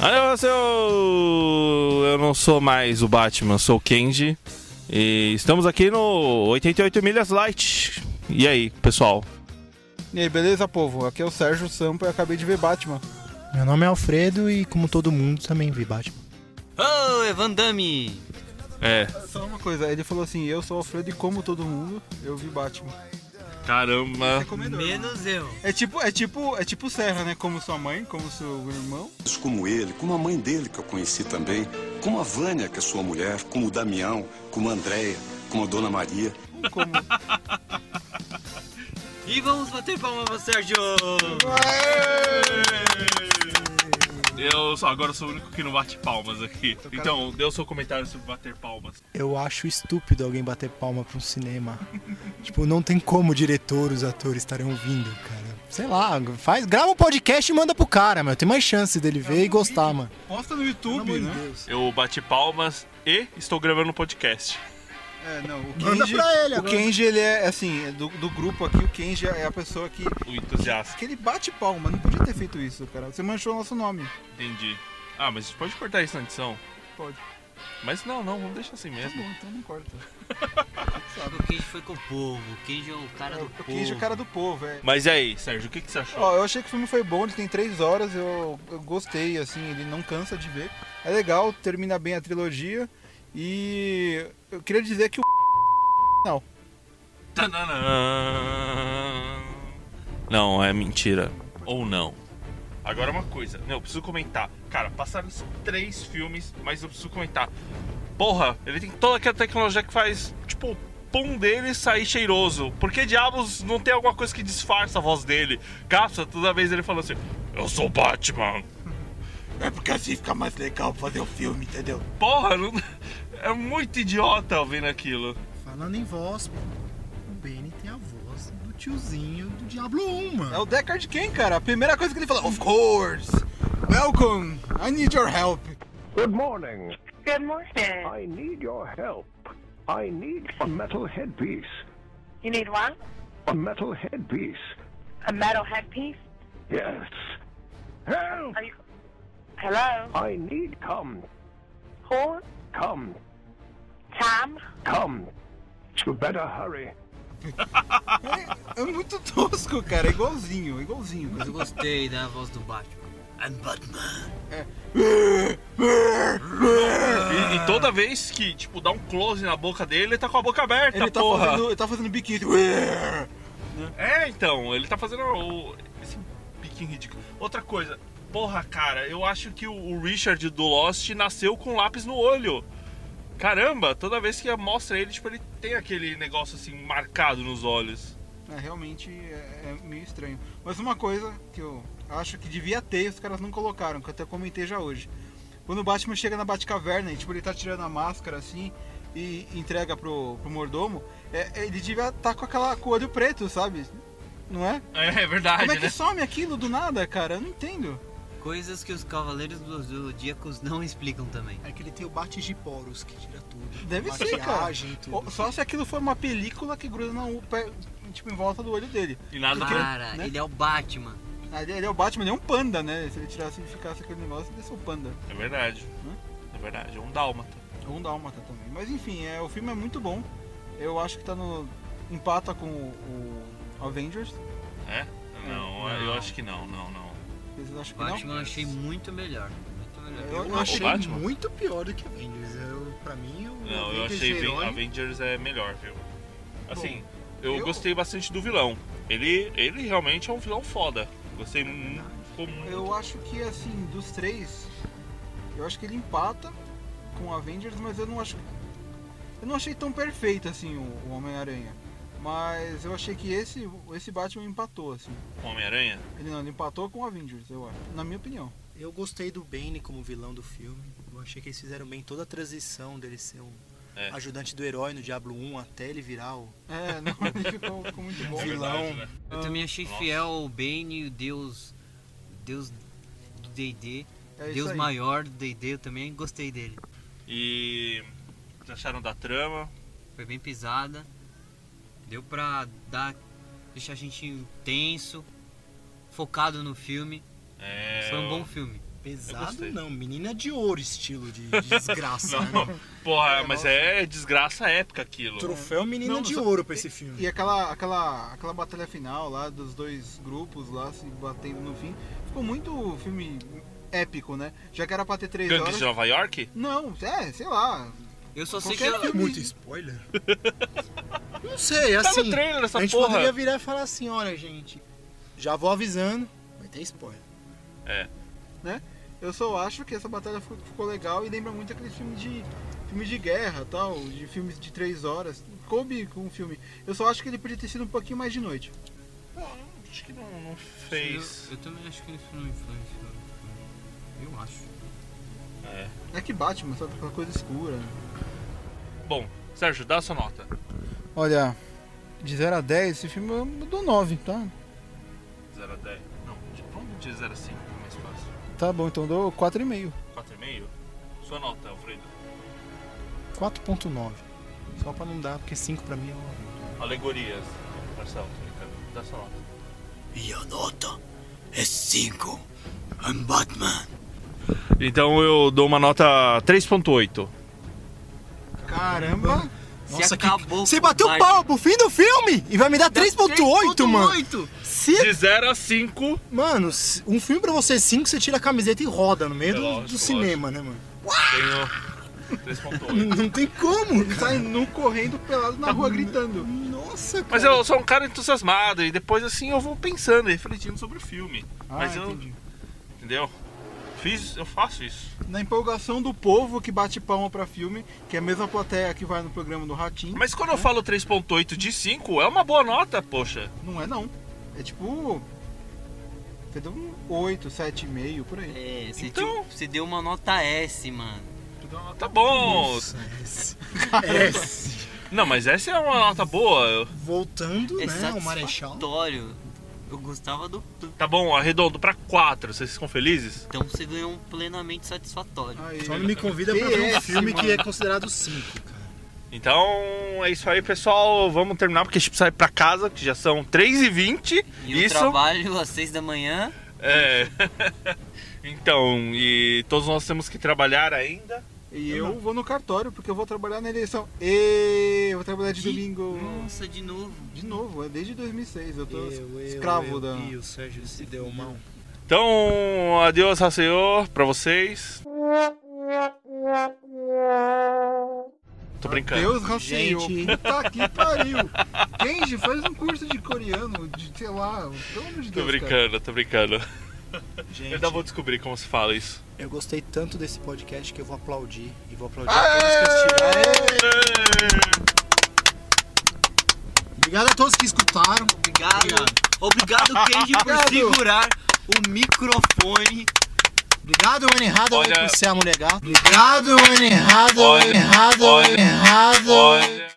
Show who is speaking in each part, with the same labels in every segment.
Speaker 1: Anel, eu não sou mais o Batman, sou o Kenji. E estamos aqui no 88 Milhas Light. E aí, pessoal?
Speaker 2: E aí, beleza, povo? Aqui é o Sérgio Sampa e eu acabei de ver Batman.
Speaker 3: Meu nome é Alfredo e, como todo mundo, também vi Batman.
Speaker 4: Oh, é Van Damme!
Speaker 1: É,
Speaker 2: Só uma coisa, ele falou assim: eu sou Alfredo e como todo mundo, eu vi Batman.
Speaker 1: caramba.
Speaker 2: Recomendou.
Speaker 4: Menos eu.
Speaker 2: É tipo, é tipo, é tipo Serra, né? Como sua mãe, como seu irmão.
Speaker 5: como ele, como a mãe dele que eu conheci também, como a Vânia, que é sua mulher, como o Damião, como a Andréia, como a Dona Maria.
Speaker 2: Como...
Speaker 4: E vamos bater palma pro Sérgio!
Speaker 1: Eu só, agora sou o único que não bate palmas aqui. Então, dê o seu comentário sobre bater palmas.
Speaker 3: Eu acho estúpido alguém bater palma pra um cinema. tipo, não tem como o diretor, os atores estarem ouvindo, cara. Sei lá, faz, grava um podcast e manda pro cara, meu. Tem mais chance dele ver e gostar, mano.
Speaker 2: Posta no YouTube, né?
Speaker 1: Eu bati palmas e estou gravando um podcast.
Speaker 2: É, não. O
Speaker 3: Manda
Speaker 2: Kenji,
Speaker 3: pra ele
Speaker 2: o
Speaker 3: agora.
Speaker 2: Kenji ele é assim, é do, do grupo aqui, o Kenji é a pessoa que.
Speaker 1: O entusiasta,
Speaker 2: que ele bate palma, não podia ter feito isso, cara. Você manchou o nosso nome.
Speaker 1: entendi. Ah, mas a gente pode cortar isso na edição?
Speaker 2: Pode.
Speaker 1: Mas não, não, vamos deixar assim
Speaker 2: Tá
Speaker 1: mesmo.
Speaker 2: bom, então não corta.
Speaker 4: O Kenji foi com o povo, o Kenji é o cara do
Speaker 2: O
Speaker 4: povo.
Speaker 2: Kenji é o cara do povo, é.
Speaker 1: Mas e aí, Sérgio, o que, que você achou?
Speaker 2: Ó, eu achei que o filme foi bom, ele tem três horas, eu, eu gostei, assim, ele não cansa de ver. É legal, termina bem a trilogia. E eu queria dizer que o.
Speaker 1: Tananã. Não, é mentira. Ou não. Agora uma coisa. Não, eu preciso comentar. Cara, passaram esses três filmes, mas eu preciso comentar. Porra, ele tem toda aquela tecnologia que faz, tipo, o pum dele sair cheiroso. Por que diabos não tem alguma coisa que disfarça a voz dele? Capsa, toda vez ele falando assim, eu sou Batman.
Speaker 2: É porque assim fica mais legal fazer o filme, entendeu?
Speaker 1: Porra, não... é muito idiota ouvindo aquilo.
Speaker 3: Falando em voz, o Benny tem a voz do tiozinho do Diablo 1,
Speaker 2: É o Deckard quem, cara? A primeira coisa que ele fala, of course! Welcome! I need your help!
Speaker 6: Good morning.
Speaker 7: Good morning.
Speaker 6: I need your help. I need a metal headpiece.
Speaker 7: You need one?
Speaker 6: A metal headpiece.
Speaker 7: A metal headpiece?
Speaker 6: Yes. Help!
Speaker 7: Are you? Hello?
Speaker 6: I need come,
Speaker 7: Who?
Speaker 6: come,
Speaker 7: Tom?
Speaker 6: come. You better hurry.
Speaker 2: É muito tosco, cara, é igualzinho, é igualzinho.
Speaker 4: Mas eu gostei da voz do Batman. I'm Batman.
Speaker 1: E, e toda vez que, tipo, dá um close na boca dele, ele tá com a boca aberta,
Speaker 2: Ele tá,
Speaker 1: porra.
Speaker 2: fazendo, ele tá fazendo biquíni.
Speaker 1: É, então, ele tá fazendo o- esse biquinho ridículo. Outra coisa, porra, cara, eu acho que o- o Richard do Lost nasceu com lápis no olho. Caramba, toda vez que mostra ele, tipo, ele tem aquele negócio assim marcado nos olhos.
Speaker 2: É, realmente é, é meio estranho. Mas uma coisa que eu acho que devia ter e os caras não colocaram, que eu até comentei já hoje. Quando o Batman chega na Batcaverna e tipo, ele tá tirando a máscara assim e entrega pro, pro mordomo, é, ele devia estar com aquela com o olho preto, sabe? Não é?
Speaker 1: É, é verdade,
Speaker 2: Como é que
Speaker 1: né?
Speaker 2: some aquilo do nada, cara? Eu não entendo.
Speaker 4: Coisas que os Cavaleiros dos Zodíacos não explicam também.
Speaker 3: É que ele tem o bate de poros que tira tudo.
Speaker 2: Deve ser, cara.
Speaker 3: Maquiagem, tudo. assim.
Speaker 2: Ou- Só se aquilo for uma película que gruda na, u- pe- tipo, em volta do olho dele.
Speaker 1: E nada
Speaker 2: Porque-
Speaker 4: Cara,
Speaker 2: né?
Speaker 4: ele é o Batman.
Speaker 2: Ali, ali é o Batman, ele é um panda, né? Se ele tirasse e ficasse aquele negócio, ele ia ser um panda.
Speaker 1: É verdade.
Speaker 2: Hum?
Speaker 1: É verdade, é um dálmata.
Speaker 2: Ou um dálmata também. Mas enfim, é, o filme é muito bom. Eu acho que tá no. empata com o, o Avengers.
Speaker 1: É? Não, eu
Speaker 4: Não.
Speaker 1: acho que não, não, não.
Speaker 2: Vocês acham que
Speaker 4: Batman eu achei muito melhor. Muito melhor.
Speaker 2: é Eu-
Speaker 3: Eu achei
Speaker 1: Batman?
Speaker 3: muito pior do que Avengers. Eu, pra mim, o
Speaker 1: Não, eu
Speaker 3: Avengers
Speaker 1: achei Aven-
Speaker 3: herói-
Speaker 1: Avengers é melhor, viu? Assim, eu,
Speaker 2: eu-
Speaker 1: gostei bastante do vilão. Ele, ele realmente é um vilão foda. Gostei muito. ficou
Speaker 2: não?
Speaker 1: muito-
Speaker 2: Eu acho que assim, dos três, eu acho que ele empata com o Avengers, mas eu não acho. Eu não achei tão perfeito assim o, o Homem-Aranha. Mas eu achei que esse, esse Batman empatou, assim.
Speaker 1: com Homem-Aranha.
Speaker 2: Ele não, ele empatou com o Avengers, eu acho. Na minha opinião.
Speaker 3: Eu gostei do Bane como vilão do filme. Eu achei que eles fizeram bem toda a transição dele ser um
Speaker 1: É.
Speaker 3: ajudante do herói no Diablo 1 até ele virar o.
Speaker 2: É, não, ele ficou, ficou muito bom.
Speaker 1: É
Speaker 3: Vilão.
Speaker 1: verdade, né?
Speaker 4: Eu também achei
Speaker 1: Nossa.
Speaker 4: fiel ao Bane, o Deus. Deus do DD.
Speaker 2: É isso
Speaker 4: Deus
Speaker 2: aí.
Speaker 4: maior do DD, eu também gostei dele.
Speaker 1: E. o que acharam da trama?
Speaker 4: Foi bem pisada. Deu pra dar. deixar a gente tenso, focado no filme.
Speaker 1: É,
Speaker 4: Foi um
Speaker 1: eu-
Speaker 4: bom filme.
Speaker 3: Pesado
Speaker 1: gostei.
Speaker 3: não, menina de ouro, estilo de, de desgraça. né?
Speaker 1: Porra, mas é desgraça épica aquilo.
Speaker 3: Troféu menina
Speaker 2: Não,
Speaker 3: de
Speaker 2: só-
Speaker 3: ouro pra esse filme.
Speaker 2: E aquela, aquela, aquela batalha final lá dos dois grupos lá se batendo no fim, ficou muito filme épico, né? Já que era pra ter três
Speaker 1: Gangues
Speaker 2: horas.
Speaker 1: de Nova York?
Speaker 2: Não, é, sei lá.
Speaker 4: Eu só sei que
Speaker 2: Qualquer
Speaker 4: ela,
Speaker 2: filme.
Speaker 3: Muito spoiler? Não sei,
Speaker 1: Tá no
Speaker 3: assim.
Speaker 1: trailer essa
Speaker 3: a gente
Speaker 1: porra.
Speaker 3: poderia virar e falar assim, olha, gente, já vou avisando, vai ter spoiler.
Speaker 2: Eu só acho que essa batalha ficou, ficou legal e lembra muito aquele filme de filme de guerra, tal, de filmes de três horas. Coube com o filme. Eu só acho que ele podia ter sido um pouquinho mais de noite.
Speaker 1: Acho que não, não
Speaker 4: eu,
Speaker 1: fez.
Speaker 4: eu também acho que é isso não influenciou. Eu acho.
Speaker 2: É que Batman, sabe? Aquela coisa escura. né?
Speaker 1: Bom, Sérgio, dá a sua nota.
Speaker 2: Olha, de 0 a 10, esse filme eu dou 9, tá?
Speaker 1: 0 a 10. Não, de- vamos de 0 a 5, é mais fácil.
Speaker 2: Tá bom, então dou 4,5.
Speaker 1: 4,5? Sua nota, Alfredo.
Speaker 3: 4.9. Só pra não dar, porque 5 pra mim é uma...
Speaker 1: Alegorias. Marcelo, tô brincando. dá sua nota.
Speaker 3: Minha nota é 5. I'm Batman.
Speaker 1: Então eu dou uma nota 3,8.
Speaker 2: Caramba!
Speaker 3: Nossa, que...
Speaker 4: acabou
Speaker 3: Você
Speaker 4: com
Speaker 3: bateu
Speaker 4: o
Speaker 3: pau pro fim do filme e vai me dar 3.8, mano.
Speaker 4: 3.8.
Speaker 3: Se
Speaker 1: De 0 a 5.
Speaker 3: Mano, se- um filme pra você 5, você tira a camiseta e roda no meio
Speaker 1: É
Speaker 3: do,
Speaker 1: lógico,
Speaker 3: do cinema, né, mano?
Speaker 1: Tenho 3.8.
Speaker 3: Não, não tem como,
Speaker 2: Ele
Speaker 3: cara. Tá
Speaker 2: sai nu correndo pelado na rua gritando.
Speaker 3: Nossa, cara.
Speaker 1: Mas eu sou um cara entusiasmado e depois assim eu vou pensando e refletindo sobre o filme.
Speaker 2: Ah,
Speaker 1: Mas eu- Entendeu? Fiz, eu faço isso.
Speaker 2: Na empolgação do povo que bate palma pra filme, que é a mesma plateia que vai no programa do Ratinho.
Speaker 1: Mas quando eu falo 3.8 de 5, é uma boa nota, poxa.
Speaker 2: Não é não. É tipo. Você deu um 8, 7,5 por aí.
Speaker 4: É, você,
Speaker 1: Então-
Speaker 4: então... você deu uma nota S, mano.
Speaker 1: Tá bom.
Speaker 3: Nossa, S. S.
Speaker 1: Não, mas essa é uma nota boa. Eu-
Speaker 3: Voltando,
Speaker 4: É
Speaker 3: né, o Marechal.
Speaker 4: satisfatório. Eu gostava do, do.
Speaker 1: Tá bom, arredondo pra 4. Vocês ficam felizes?
Speaker 4: Então você ganhou um plenamente satisfatório.
Speaker 2: Aí,
Speaker 3: Só não me convida pra ver um filme que é considerado 5, cara.
Speaker 1: Então é isso aí, pessoal. Vamos terminar porque a gente precisa ir pra casa, que já são 3h20.
Speaker 4: E eu
Speaker 1: Isso.
Speaker 4: trabalho às seis da manhã.
Speaker 1: É. então, e todos nós temos que trabalhar ainda.
Speaker 2: E eu vou no cartório, porque eu vou trabalhar na eleição. E eu vou trabalhar de domingo.
Speaker 4: Nossa, de novo.
Speaker 2: De novo, é desde 2006. Eu tô escravo da.
Speaker 3: E o Sérgio se deu mal.
Speaker 1: Então, adeus, Rasenhor, pra vocês. Tô brincando.
Speaker 2: Deus racheio.
Speaker 3: Gente.
Speaker 2: Puta que pariu. Kenji, faz um curso de coreano, de sei lá, pelo amor de Deus.
Speaker 1: Tô
Speaker 2: cara.
Speaker 1: brincando, tô brincando. Eu
Speaker 3: Gente,
Speaker 1: ainda vou descobrir como se fala isso.
Speaker 3: eu gostei tanto desse podcast que eu vou aplaudir. E vou aplaudir a todos que assistiram. Obrigado a todos que escutaram.
Speaker 4: Obrigado. Obrigado, Kenji, por
Speaker 2: Obrigado.
Speaker 4: segurar o microfone.
Speaker 3: Obrigado, Anne Hathaway,
Speaker 1: Olha-
Speaker 3: por ser a mulher gata. Obrigado, Anne Hathaway,
Speaker 1: Olha-
Speaker 3: Anne Hathaway,
Speaker 1: olha-
Speaker 3: Anne Hathaway.
Speaker 1: Olha.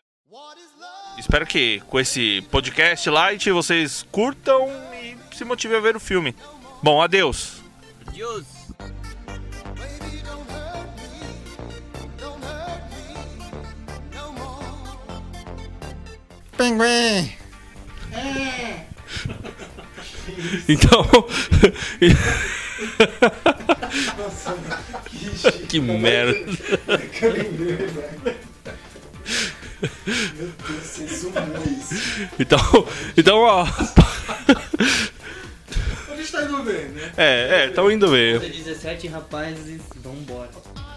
Speaker 1: Espero que com esse podcast light vocês curtam e se motivem a ver o filme. Bom, adeus.
Speaker 4: Deus.
Speaker 3: Pinguim.
Speaker 1: Então. que merda. Então, então, ó.
Speaker 2: A gente tá indo bem, né?
Speaker 1: É, é, tão indo ver.
Speaker 4: 17 rapazes, vambora.